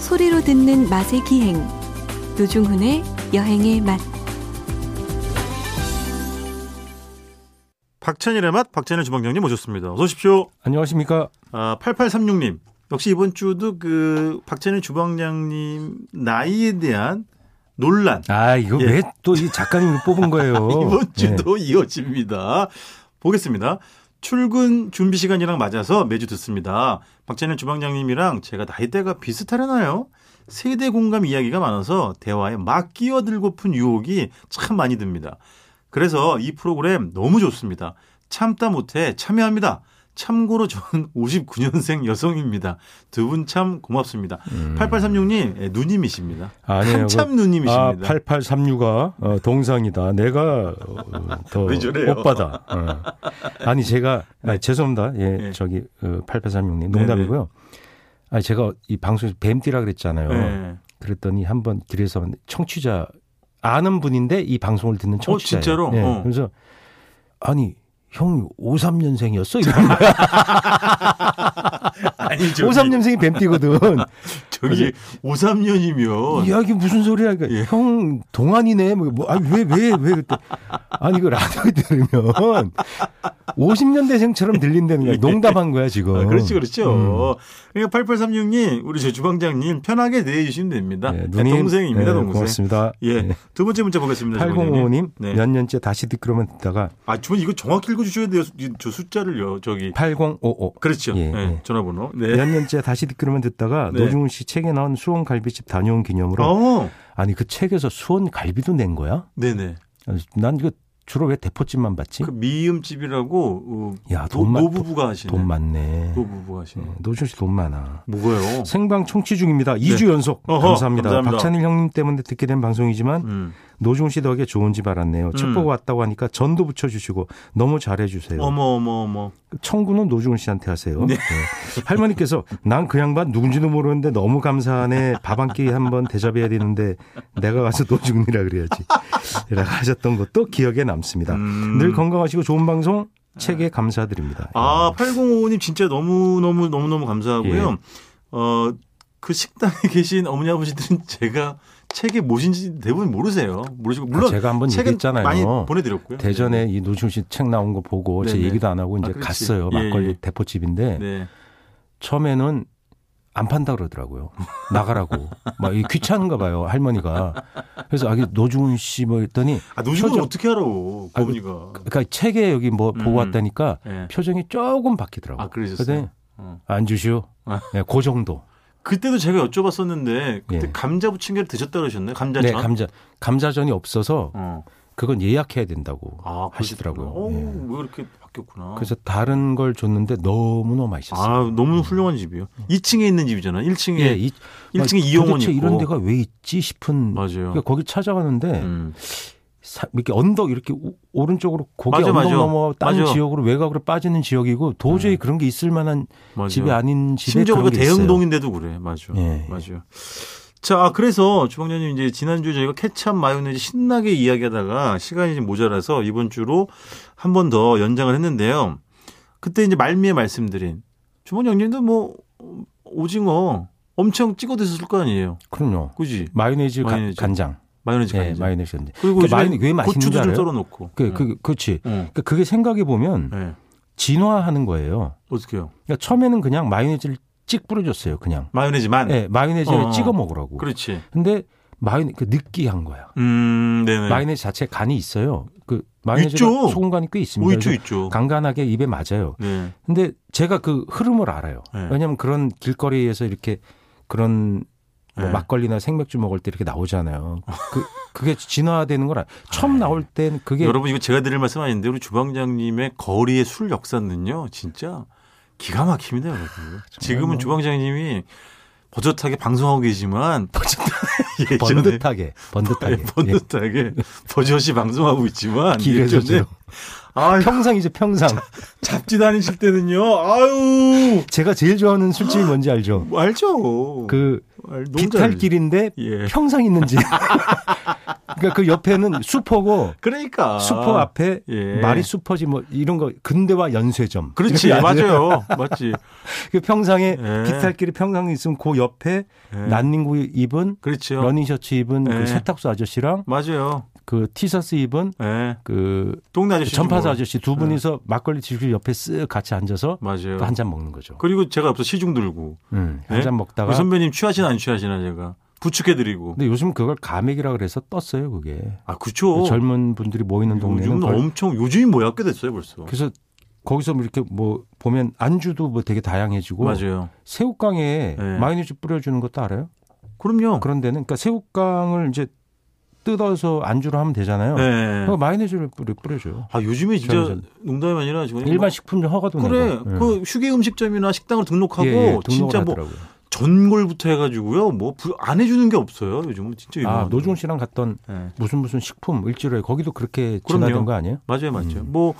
소리로 듣는 맛의 기행 노중훈의 여행의 맛 박찬일의 맛 박찬일 주방장님 모셨습니다. 어서 오십시오. 안녕하십니까? 아, 8836님. 역시 이번 주도 그 박찬일 주방장님 나이에 대한 논란 아 이거 예. 왜 또 이 작가님을 뽑은 거예요? 네. 이번 주도 이어집니다. 보겠습니다. 출근 준비 시간이랑 맞아서 매주 듣습니다. 박찬일 주방장님이랑 제가 나이대가 비슷하려나요? 세대 공감 이야기가 많아서 대화에 막 끼어들고픈 유혹이 참 많이 듭니다. 그래서 이 프로그램 너무 좋습니다. 참다 못해 참여합니다. 참고로 저는 59년생 여성입니다. 두 분 참 고맙습니다. 8836님, 예, 누님이십니다. 음. 아니에요. 한참 그, 아, 누님이십니다. 8836아 어, 동상이다. 내가 어, 더 왜 저래요? 오빠다. 어. 아니 제가 아, 죄송합니다. 예, 네. 저기 어, 8836님 농담이고요. 아 제가 이 방송에서 뱀띠라 그랬잖아요. 네. 그랬더니 한번 길에서 청취자 아는 분인데 이 방송을 듣는 청취자. 진짜로? 예. 어. 그래서 아니 형 53년생이었어? 이런 거야. 아니, 저기. 53년생이 뱀띠거든. 저기 53년이면 야, 이게 무슨 소리야. 그러니까 어. 예. 형, 동안이네. 뭐, 뭐, 아니, 왜, 왜, 왜 그때. 아니, 이거 라디오에 들으면 50년대생처럼 들린다는 거야. 농담한 거야, 지금. 아, 그렇지 그렇죠. 음. 그러니까 8836님 우리 제 주방장님 편하게 대해주시면 됩니다. 예, 네, 동생입니다 네, 동생. 고맙습니다. 네. 예. 두 번째 문자 보겠습니다. 주방장님. 805님, 네. 몇 년째 다시 듣기로만 듣다가 아 주문 이거 정확히 읽어주셔야 돼요. 이- 저 숫자를요. 저기 8055. 그렇죠. 예, 예, 예. 전화번호. 몇 네. 년째 다시 듣기로만 듣다가 네. 노중훈 씨 책에 나온 수원 갈비집 다녀온 기념으로 어, 아니 그 책에서 수원 갈비도 낸 거야? 네네. 난 이거 주로 왜 대포집만 봤지? 그 미음집이라고 어, 야, 노- 예? 아, 돈 많- 어. 노부부가 하시네. 돈 많네. 노부부가 하시네. 노준 씨 돈 많아. 뭐예요? 생방 청취 중입니다. 2주 연속 네. 어허, 감사합니다. 감사합니다. 박찬일 형님 때문에 듣게 된 방송이지만 음. 노중 씨 덕에 좋은 집 알았네요. 책 음. 보고 왔다고 하니까 전도 붙여주시고 너무 잘해주세요. 어머 어머 어머. 청구는 노중 씨한테 하세요. 네. 할머니께서 난 그 양반 누군지도 모르는데 너무 감사하네. 밥 한 끼 한번 대접해야 되는데 내가 가서 노중이라 그래야지. 라고 하셨던 것도 기억에 남습니다. 음. 네. 늘 건강하시고 좋은 방송 책에 감사드립니다. 예. 아, 8055님 진짜 너무너무 너무너무 감사하고요. 예. 어, 그 식당에 계신 어머니 아버지들은 제가 책이 무엇인지 대부분 모르세요. 모르시고 물론 아, 제가 한번 책은 얘기했잖아요. 많이 보내드렸고요. 대전에 이 노중 씨 책 나온 거 보고 제 네네. 얘기도 안 하고 아, 이제 그렇지. 갔어요. 예, 막걸리 예. 네. 대포집인데 네. 처음에는 안 판다 그러더라고요. 나가라고. 막 이게 귀찮은가 봐요. 할머니가. 그래서 아, 이게 노중훈 씨 뭐 했더니 아, 노지는 표정- 어떻게 알아? 그 아이고, 어머니가. 그러니까 책에 여기 뭐 음. 보고 왔다니까 예. 표정이 조금 바뀌더라고요. 아, 그러셨어요? 그랬더니 어. 안 주시오. 아. 네, 그 정도. 그때도 제가 여쭤봤었는데 그때 예. 감자 부침개를 드셨다 그러셨나요? 네, 감자전. 감자 감자전이 없어서 어. 그건 예약해야 된다고 아, 하시더라고요. 그러셨구나. 예. 어우, 왜 이렇게 바뀌었구나. 그래서 다른 걸 줬는데 너무너무 아, 맛있었어요. 너무 훌륭한 집이요. 2층에 있는 집이잖아. 1층에 예, 이, 1층에 아, 이용원 도대체 있고. 이런 데가 왜 있지 싶은 맞아요. 그러니까 거기 찾아가는데 음. 사- 이렇게 언덕 이렇게 오- 오른쪽으로 고개 맞아, 언덕 맞아. 넘어 다른 맞아. 음. 지역으로 외곽으로 빠지는 지역이고 도저히 그런 게 있을 만한 맞아요. 집이 아닌 집에 심지어 그런 우리가 게 있어요. 대형동인데도 그래. 맞아. 예. 맞아. 자, 아, 그래서 주방장님 이제 지난주에 저희가 케찹 마요네즈 신나게 이야기하다가 시간이 좀 모자라서 이번 주로 한 번 더 연장을 했는데요. 그때 이제 말미에 말씀드린 주방장님도 뭐 어, 오징어 엄청 찍어 드셨을 거 아니에요. 그럼요. 그지? 마요네즈, 가- 마요네즈. 간장. 마요네즈 예, 간장. 음. 마요네즈 간장. 그리고 그러니까 요즘엔 마요네- 왜 맛있는 줄 고추도 좀 알아요? 썰어 놓고. 그, 그, 그렇지. 응. 그러니까 그게 생각해 보면 예. 진화하는 거예요. 어떻게요? 그러니까 처음에는 그냥 마요네즈를 찍 뿌려줬어요. 그냥. 마요네즈만. 예, 마요네즈를 어, 어. 찍어 먹으라고. 그렇지. 근데 마요네 그 느끼한 거야. 음, 네네. 마요네즈 자체 간이 있어요. 그 마요네즈 있죠. 소금 간이 꽤 있습니다. 오, 있죠, 그래서 있죠. 간간하게 입에 맞아요. 네. 근데 제가 그 흐름을 알아요. 네. 왜냐하면 그런 길거리에서 이렇게 그런 뭐 네. 막걸리나 생맥주 먹을 때 이렇게 나오잖아요. 그 그게 진화되는 걸 알아요. 처음 나올 땐 그게 예. 여러분 이거 제가 드릴 말씀 아닌데 우리 주방장님의 거리의 술 역사는요 진짜 기가 막힙니다 여러분. 지금은 뭐. 주방장님이 버젓하게 방송하고 계지만 버젓하게 예전에 번듯하게 번듯하게 예. 네. 번듯하게 버젓이 방송하고 있지만 길에서 예전에 지금 아 예. 평상이죠 평상. 잡지 다니실 때는요 아유 뭐 제가 제일 좋아하는 술집이 뭔지 알죠? 알죠 그 알- 너무 잘 알죠. 비탈길인데 예. 평상 있는지 그러니까 그 옆에는 슈퍼고 그러니까. 슈퍼 앞에 예. 말이 슈퍼지 뭐 이런 거 근대와 연쇄점. 그렇지. 이렇게 아주 맞아요. 맞지. 그 평상에 예. 기탈길이 평상에 있으면 그 옆에 예. 난닝구 입은 그렇죠. 러닝 셔츠 입은 예. 그 세탁소 아저씨랑 맞아요. 그 티셔츠 입은 예. 그 동네 아저씨. 전파사 뭐. 아저씨 두 분이서 막걸리 집실 옆에 쓱 같이 앉아서 맞아요. 또 한 잔 먹는 거죠. 그리고 제가 옆에서 시중 들고. 음, 예? 한 잔 먹다가 네. 그 선배님 취하시나 안 취하시나 제가. 부축해드리고. 근데 요즘 그걸 가맥이라 그래서 떴어요 그게 아, 그쵸. 젊은 분들이 모이는 동네는 요즘은 그걸- 엄청, 요즘이 뭐야? 꽤 됐어요, 벌써. 그래서 거기서 뭐 이렇게 뭐 보면 안주도 뭐 되게 다양해지고 맞아요. 새우깡에 네. 마요네즈 뿌려주는 것도 알아요? 그럼요. 그런 데는 그러니까 새우깡을 이제 뜯어서 안주로 하면 되잖아요. 어, 예. 그거 마요네즈를 뿌려, 뿌려줘요. 아, 요즘에 진짜 저는 농담이 아니라 지금 일반 식품 허가도 뭐- 네. 그래. 내고. 예. 그 휴게 음식점이나 식당으로 등록하고 예, 예, 등록을 진짜 뭐 하더라고요. 전골부터 해가지고요. 뭐 안 해주는 게 없어요. 요즘은 진짜 아 유명하더라고요. 노중 씨랑 갔던 예. 무슨 무슨 식품 일주일에 거기도 그렇게 그럼요. 지나던 거 아니에요? 맞아요, 맞죠. 뭐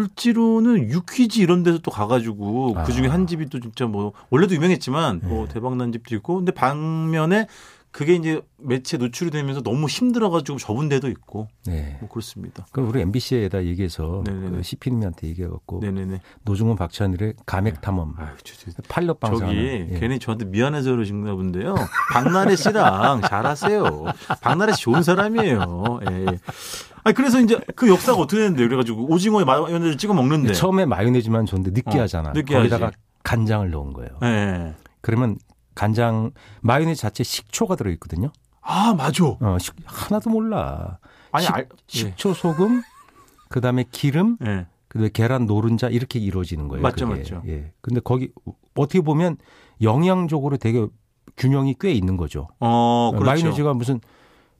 을지로는 유퀴지 이런 데서 또 가가지고 아. 그 중에 한 집이 또 진짜 뭐 원래도 유명했지만 뭐 대박난 집도 있고 근데 반면에 그게 이제 매체 노출이 되면서 너무 힘들어가지고 접은 데도 있고 네. 뭐 그렇습니다. 그 우리 MBC에다 얘기해서 네네네. 그 CP님한테 얘기해갖고 네네네. 노중훈 박찬일의 가맥 탐험 예. 아유, 저, 저, 팔력 방송. 저기 괜히 저한테 미안해서 그러신가 본데요. 박나래 씨랑 잘하세요. 박나래 씨 좋은 사람이에요. 예. 예. 아 그래서 이제 그 역사가 어떻게 됐는데 그래가지고 오징어에 마요네즈 찍어 먹는데. 처음에 마요네즈만 줬는데 느끼하잖아. 어, 느끼하지. 거기다가 간장을 넣은 거예요. 예. 그러면 간장 마요네즈 자체 에 식초가 들어 있거든요. 아 맞아. 어, 식- 하나도 몰라. 아니 식- 알. 예. 식초, 소금, 그다음에 기름, 예. 그다음에 계란 노른자 이렇게 이루어지는 거예요. 맞죠, 그게. 맞죠. 예. 근데 거기 어떻게 보면 영양적으로 되게 균형이 꽤 있는 거죠. 어, 그렇죠. 마요네즈가 무슨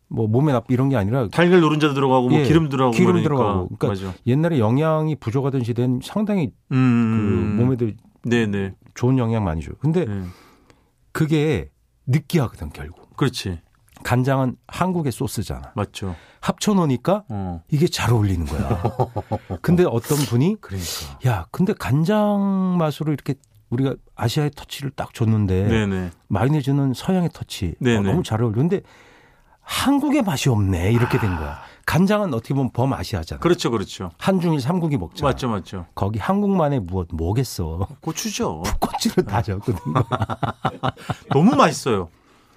뭐 몸에 나빠 이런 게 아니라 달걀 노른자도 들어가고 뭐 예, 기름 들어가고 기름 그러니까. 들어가고. 그러니까 맞아. 옛날에 영양이 부족하던 시대는 상당히 그 음. 몸에도 네. 네, 네. 좋은 영향 많이 줘요. 근데 예. 그게 느끼하거든 결국. 그렇지. 간장은 한국의 소스잖아. 맞죠. 합쳐 놓으니까 어. 이게 잘 어울리는 거야. 근데 어떤 분이 그러니까. 야, 근데 간장 맛으로 이렇게 우리가 아시아의 터치를 딱 줬는데 네, 네. 마요네즈는 서양의 터치 어, 네네. 너무 잘 어울리는데 한국의 맛이 없네 이렇게 된 거야. 간장은 어떻게 보면 범아시아잖아. 아. 그렇죠, 그렇죠. 한중일 삼국이 먹잖아. 맞죠, 맞죠. 거기 한국만의 무엇 뭐겠어. 고추죠. 꼬치를 다 잡거든. 너무 맛있어요.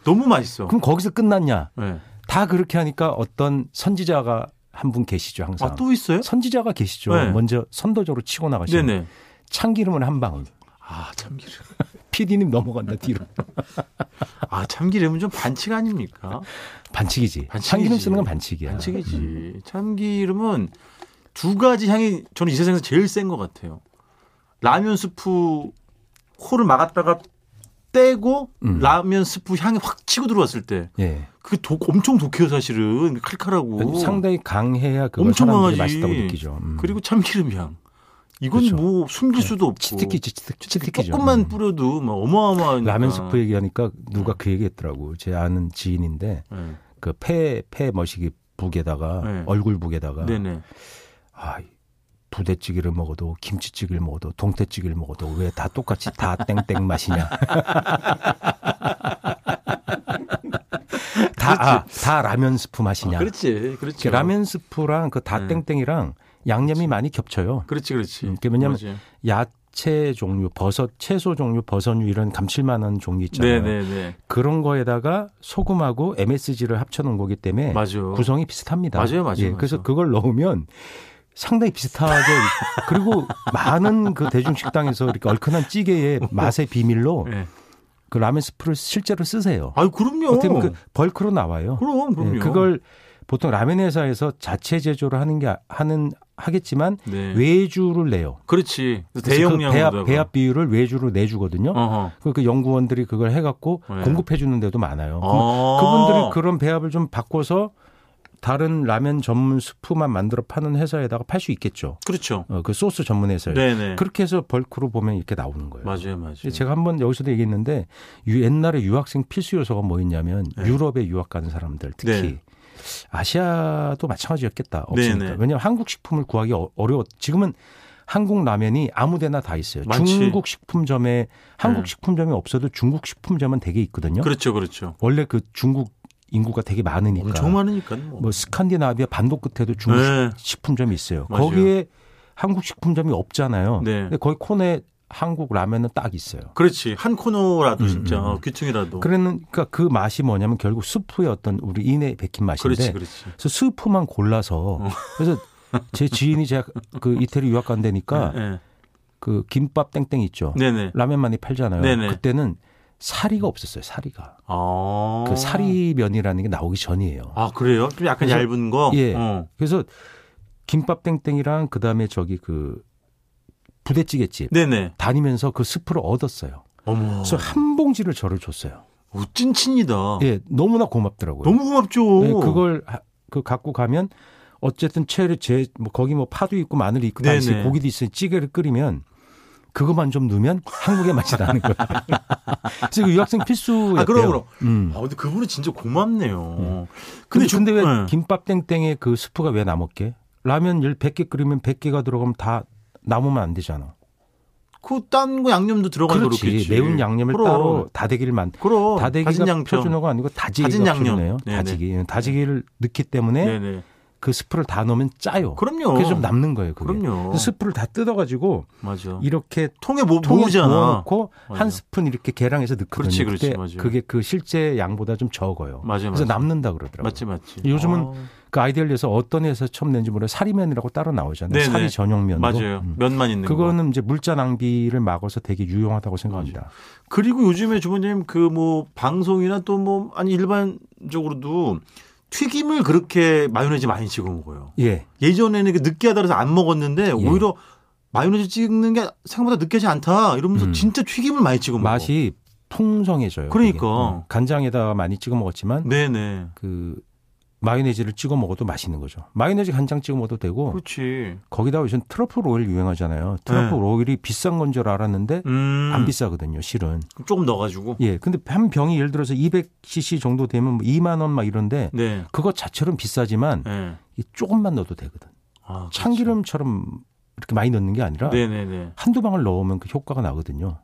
너무 맛있어. 그럼 거기서 끝났냐? 예. 다 그렇게 하니까 어떤 선지자가 한 분 계시죠 항상. 아, 또 있어요? 선지자가 계시죠. 네. 먼저 선도적으로 치고 네, 나가시는. 네. 참기름은 한 방울. 아, 참기름. PD님 넘어간다 뒤로. 아, 참기름은 좀 반칙 아닙니까? 반칙이지. 반칙이지. 참기름 쓰는 건 반칙이야. 반칙이지. 예. 음. 참기름은 두 가지 향이 저는 이 세상에서 제일 센 것 같아요. 라면 스프 코를 막았다가 떼고 음. 라면 스프 향이 확 치고 들어왔을 때 예. 그러니까 그게 독, 엄청 독해요 사실은 그러니까 칼칼하고 상당히 강해야 그걸 엄청 사람들이 강하지. 맛있다고 느끼죠. 음. 그리고 참기름 향 이건 그렇죠. 뭐 숨길 수도 없고 치트키지 치트- 치트키죠. 조금만 네. 음. 뿌려도 막 어마어마한 그러니까. 라면 스프 얘기하니까 누가 그 얘기했더라고. 제 아는 지인인데 네. 그폐폐 머시기 북에다가 네. 얼굴 북에다가 네네 아, 부대찌개를 먹어도 김치찌개를 먹어도 동태찌개를 먹어도 왜 다 똑같이 다 땡땡 맛이냐. 다, 아, 다 라면 스프 맛이냐. 아, 그렇지 그렇지 이렇게 라면 스프랑 그 다 네. 땡땡이랑 양념이 그렇죠. 많이 겹쳐요. 그렇지 그렇지 음, 그게 뭐냐면 맞아요. 야채 종류, 버섯, 채소 종류, 버섯류 이런 감칠만한 종류 있잖아요. 네네네 그런 거에다가 소금하고 MSG를 합쳐놓은 거기 때문에 맞아 네. 구성이 비슷합니다. 맞아요, 맞아요, 예, 그래서 맞아요. 그걸 넣으면 상당히 비슷하게 그리고 많은 그 대중 식당에서 이렇게 얼큰한 찌개의 맛의 비밀로 네. 그 라면 스프를 실제로 쓰세요. 아유 그럼요. 어떻게 보면 그 벌크로 나와요. 그럼 그럼요. 예, 그걸 보통 라면 회사에서 자체 제조를 하는 게 아- 하는 하겠지만 네. 외주를 내요. 그렇지. 그래서 대용량으로 그 배합, 배합 비율을 외주로 내주거든요. 어허. 그그 연구원들이 그걸 해갖고 네. 공급해 주는 데도 많아요. 그럼 아. 그분들이 그런 배합을 좀 바꿔서 다른 라면 전문 스프만 만들어 파는 회사에다가 팔 수 있겠죠. 그렇죠. 어, 그 소스 전문 회사에. 네네. 그렇게 해서 벌크로 보면 이렇게 나오는 거예요. 맞아요, 맞아요. 그렇죠. 제가 한번 여기서도 얘기했는데 유- 옛날에 유학생 필수 요소가 뭐였냐면 네. 유럽에 유학 가는 사람들 특히 네. 아시아도 마찬가지였겠다. 없으니까. 네, 네. 왜냐하면 한국 식품을 구하기 어- 어려워. 지금은 한국 라면이 아무데나 다 있어요. 많지. 중국 식품점에 한국 네. 식품점이 없어도 중국 식품점은 되게 있거든요. 그렇죠, 그렇죠. 원래 그 중국 인구가 되게 많으니까. 엄청 많으니까. 뭐. 뭐 스칸디나비아 반도 끝에도 중국 네. 식품점이 있어요. 맞아요. 거기에 한국 식품점이 없잖아요. 네. 근데 거기 코너에 한국 라면은 딱 있어요. 그렇지. 한 코너라도 진짜 음, 어, 귀퉁이라도. 그러니까 그 맛이 뭐냐면 결국 수프의 어떤 우리 인에 베낀 맛인데 그렇지, 그렇지. 그래서 스프만 골라서 어. 그래서 제 지인이 제가 그 이태리 유학 간 데니까 네, 그 김밥 땡땡 있죠. 네. 네네. 라면만이 팔잖아요. 네네. 그때는 사리가 없었어요. 사리가. 아. 그 사리면이라는 게 나오기 전이에요. 아, 그래요? 좀 약간 그래서- 얇은 거? 예. 어. 그래서 김밥 땡땡이랑 그다음에 저기 그 부대찌개집 네네. 다니면서 그 스프를 얻었어요. 어머. 어. 그래서 한 봉지를 저를 줬어요. 우찐친이다. 예, 너무나 고맙더라고요. 너무 고맙죠. 네, 그걸 하- 그 갖고 가면 어쨌든 채를 제 뭐 거기 뭐 파도 있고 마늘이 있고 다 네네. 있으니 고기도 있으니 찌개를 끓이면 그것만 좀 넣으면 한국의 맛이 나는 거예요. 그래서 그 유학생 필수였대요. 아, 그럼, 그럼. 음. 아, 근데 그분은 진짜 고맙네요. 음. 근데 근데, 주- 근데 왜 네. 김밥 땡땡에 그 스프가 왜 남았게? 라면 100개 끓이면 100개가 들어가면 다 남으면 안 되잖아. 그딴거 양념도 들어가는 그렇지. 거겠지. 매운 양념을 그럼. 따로 다대기를만 그럼 다진 다대기가 양념. 표준어가 아니고 다진 다지기가 양념. 표준어예요. 네네. 다지기. 다지기를 넣기 때문에 네네. 그 스프를 다 넣으면 짜요. 그럼요. 그게 좀 남는 거예요. 그게. 어. 그럼요. 그래서 스프를 다 뜯어가지고 맞아. 이렇게 통에 뭐 모, 통에 모으잖아. 모아놓고 맞아. 한 스푼 이렇게 계량해서 넣거든요. 그렇지, 그렇지, 그때 맞아요. 그게 그 실제 양보다 좀 적어요. 맞아, 그래서 맞아. 남는다 그러더라고요. 맞지, 맞지. 요즘은 아, 그 아이디어에서 어떤 회사 처음 낸지 모르 사리면이라고 따로 나오잖아요. 네네. 사리 전용면으로. 맞아요. 음. 면만 있는 거. 그거는 이제 물자 낭비를 막아서 되게 유용하다고 생각합니다. 그리고 요즘에 주부님 그 뭐 방송이나 또 뭐 아니 일반적으로도 튀김을 그렇게 마요네즈 많이 찍어 먹어요. 예. 예전에는 그 느끼하다 그래서 안 먹었는데 오히려 마요네즈 찍는 게 생각보다 느끼하지 않다 이러면서 음. 진짜 튀김을 많이 찍어 먹어. 맛이 풍성해져요. 그러니까. 그게. 음. 간장에다가 많이 찍어 먹었지만 네네. 그 마요네즈를 찍어 먹어도 맛있는 거죠. 마요네즈 간장 찍어 먹어도 되고 그렇지. 거기다가 요즘 트러플 오일 유행하잖아요. 트러플 네. 오일이 비싼 건 줄 알았는데 음. 안 비싸거든요, 실은. 조금 넣어가지고. 예. 근데 한 병이 예를 들어서 200cc 정도 되면 뭐 2만 원 막 이런데 네. 그거 자체로는 비싸지만 네. 이 조금만 넣어도 되거든. 아, 참기름처럼 이렇게 많이 넣는 게 아니라 그렇죠. 네네네. 한두 방울 넣으면 그 효과가 나거든요.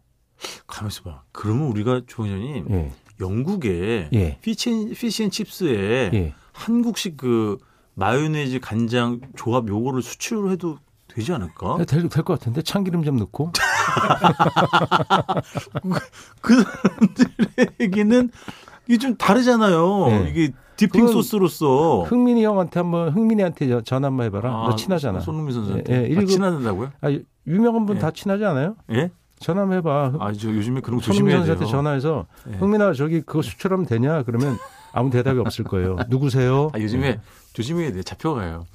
가만있어 봐. 그러면 우리가 조원장님 예. 영국에 예. 피치, 피시앤칩스에 예. 한국식 그 마요네즈 간장 조합 요거를 수출을 해도 되지 않을까? 네, 될 것 같은데 참기름 좀 넣고 그 사람들에게는 이게 좀 다르잖아요. 네. 이게 디핑 그건 소스로서 흥민이 형한테 한번 흥민이한테 저- 전화 한번 해봐라. 어. 아, 너 친하잖아. 손흥민 선수한테 예, 예, 아, 일급- 친하다고요? 아, 유명한 분 예. 다 친하지 않아요? 예? 전화 한번 해봐. 아저 요즘에 그런 거 손흥민 조심해야 돼요. 선수한테 전화해서 예. 흥민아 저기 그거 수출하면 되냐? 그러면 아무 대답이 없을 거예요. 누구세요? 아, 요즘에 조심해야 돼. 잡혀가요.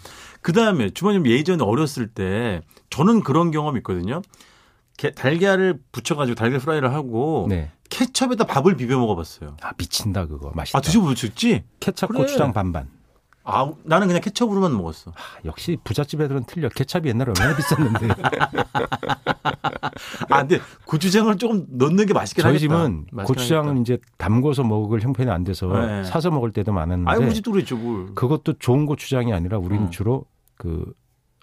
그 다음에 주모님 예전에 어렸을 때 저는 그런 경험이 있거든요. 게- 달걀을 부쳐가지고 달걀 프라이를 하고 네. 케첩에다 밥을 비벼 먹어봤어요. 아 미친다 그거 맛있다. 아 드셔보셨지? 케첩 그래. 고추장 반반. 아 나는 그냥 케첩으로만 먹었어. 아, 역시 부잣집 애들은 틀려. 케첩이 옛날에 얼마나 비쌌는데. 아 근데 고추장을 조금 넣는 게 맛있긴 네. 저희 하겠다. 집은 맛있긴 고추장은 하겠다. 이제 담궈서 먹을 형편이 안 돼서 네. 사서 먹을 때도 많았는데 아유 우리 집도 그랬죠 뭘. 그것도 좋은 고추장이 아니라 우리는 음. 주로 그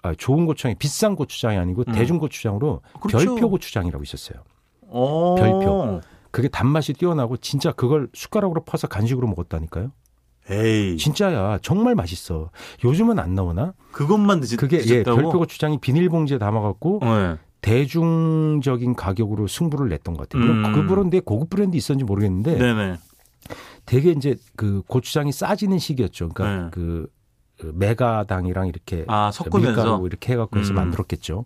아, 좋은 고추장이 비싼 고추장이 아니고 음. 대중 고추장으로 그렇죠. 별표 고추장이라고 있었어요. 어. 별표. 그게 단맛이 뛰어나고 진짜 그걸 숟가락으로 퍼서 간식으로 먹었다니까요. 에이 진짜야. 정말 맛있어. 요즘은 안 나오나? 그것만 드시, 그게 예, 드셨다고? 별표 고추장이 비닐봉지에 담아갖고 예. 대중적인 가격으로 승부를 냈던 것 같아요. 물론 음. 그 브랜드에 고급 브랜드 있었는지 모르겠는데 네네. 되게 이제 그 고추장이 싸지는 시기였죠. 그러니까 네. 그, 그 메가당이랑 이렇게 아 섞으면서. 밀가루 뭐 이렇게 해갖고 해서 음. 만들었겠죠.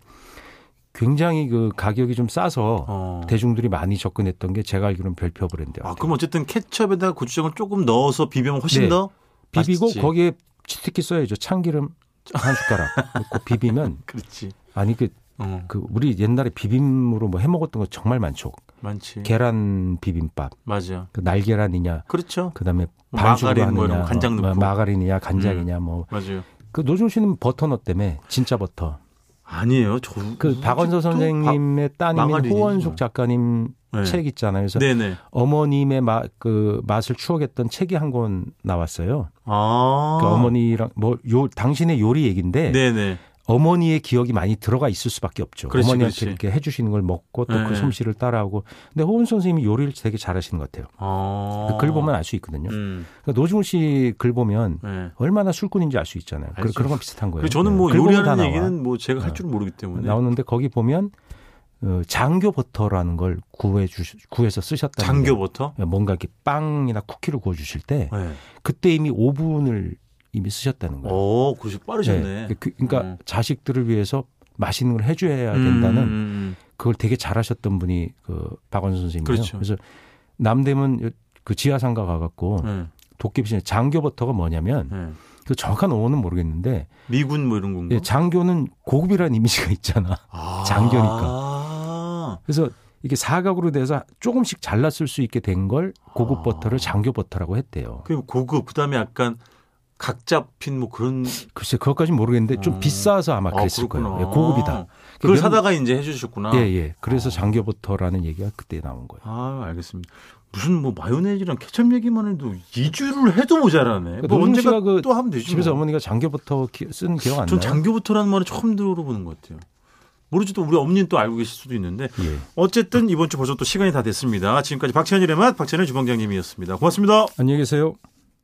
굉장히 그 가격이 좀 싸서 어. 대중들이 많이 접근했던 게 제가 알기로는 별표 브랜드. 아, 요 그럼 어쨌든 케첩에다가 고추장을 조금 넣어서 비벼면 훨씬 네. 더 비비고 맛있지. 거기에 치트키 써야죠. 참기름 한 숟가락 넣고 비비면 그렇지. 아니 그, 어, 그 우리 옛날에 비빔으로 뭐 해 먹었던 거 정말 많죠. 많지. 계란 비빔밥, 맞아. 그 날계란이냐, 그렇죠. 그다음에 뭐 반죽으로 마가린 뭐 하느냐, 이런 거 간장 뭐 넣고. 음. 마가린이냐, 간장이냐, 뭐 맞아요. 그 노준 씨는 버터 넣 때문에 진짜 버터. 아니에요. 저 그 박원서 선생님의 따님인 음, 마가린이지, 호원숙 뭐. 작가님 네. 책 있잖아요. 그래서 네네. 어머님의 마, 그 맛을 추억했던 책이 한 권 나왔어요. 아. 그 어머니랑 뭐 요 당신의 요리 얘기인데 네네. 어머니의 기억이 많이 들어가 있을 수밖에 없죠. 그렇지, 어머니한테 그렇지. 이렇게 해주시는 걸 먹고 또 그 네. 솜씨를 따라하고. 근데 호은 선생님이 요리를 되게 잘하시는 것 같아요. 어. 그 글 보면 알 수 있거든요. 음. 그러니까 노중훈 씨 글 보면 네. 얼마나 술꾼인지 알 수 있잖아요. 그, 알죠. 런건 비슷한 거예요. 그리고 저는 뭐 네, 글 보면 다 요리하는 나와. 어. 얘기는 뭐 제가 할 줄 모르기 때문에 나오는데 거기 보면 어, 장교 버터라는 걸 구해 주 구해서 쓰셨다는 거예요. 장교부터. 뭔가 이렇게 빵이나 쿠키를 구워 주실 때 네. 그때 이미 오븐을 이미 쓰셨다는 거예요. 오, 네. 어, 그러시 빠르셨네. 그, 러니까 음. 자식들을 위해서 맛있는 걸 해줘야 음, 된다는 음, 그걸 되게 잘하셨던 분이 그 박원순 선생님이에요. 그렇죠. 래서 남대문 그 지하상가 가갖고 음. 도깨비신 장교 버터가 뭐냐면 네, 네. 그 정확한 어원은 모르겠는데 미군 뭐 이런 건가? 예, 장교는 고급이라는 이미지가 있잖아. 아. 장교니까. 그래서 이게 사각으로 돼서 조금씩 잘랐을 수 있게 된 걸 고급 아. 버터를 장교 버터라고 했대요. 그 고급 그다음에 약간 각 잡힌 뭐 그런 글쎄 그것까지는 모르겠는데 음. 좀 비싸서 아마 아, 그랬을 그렇구나. 아, 거예요. 예, 고급이다. 그걸 면- 사다가 아. 이제 해주셨구나. 예, 예. 그래서 장교 버터라는 얘기가 그때 나온 거예요. 아 알겠습니다. 무슨 뭐 마요네즈랑 케첩 얘기만 해도 2주를 해도 모자라네. 그러니까 뭐 노중 언제가 씨가 그 또 하면 되지. 집에서 뭐. 어머니가 장교 버터 기- 쓴 기억 안 나요? 전 장교부터라는 말을 처음 들어보는 것 같아요. 모르지도 우리 엄니는 또 알고 계실 수도 있는데 예. 어쨌든 이번 주 벌써 또 시간이 다 됐습니다. 지금까지 박찬일의 맛 박찬일 주방장님이었습니다. 고맙습니다. 안녕히 계세요.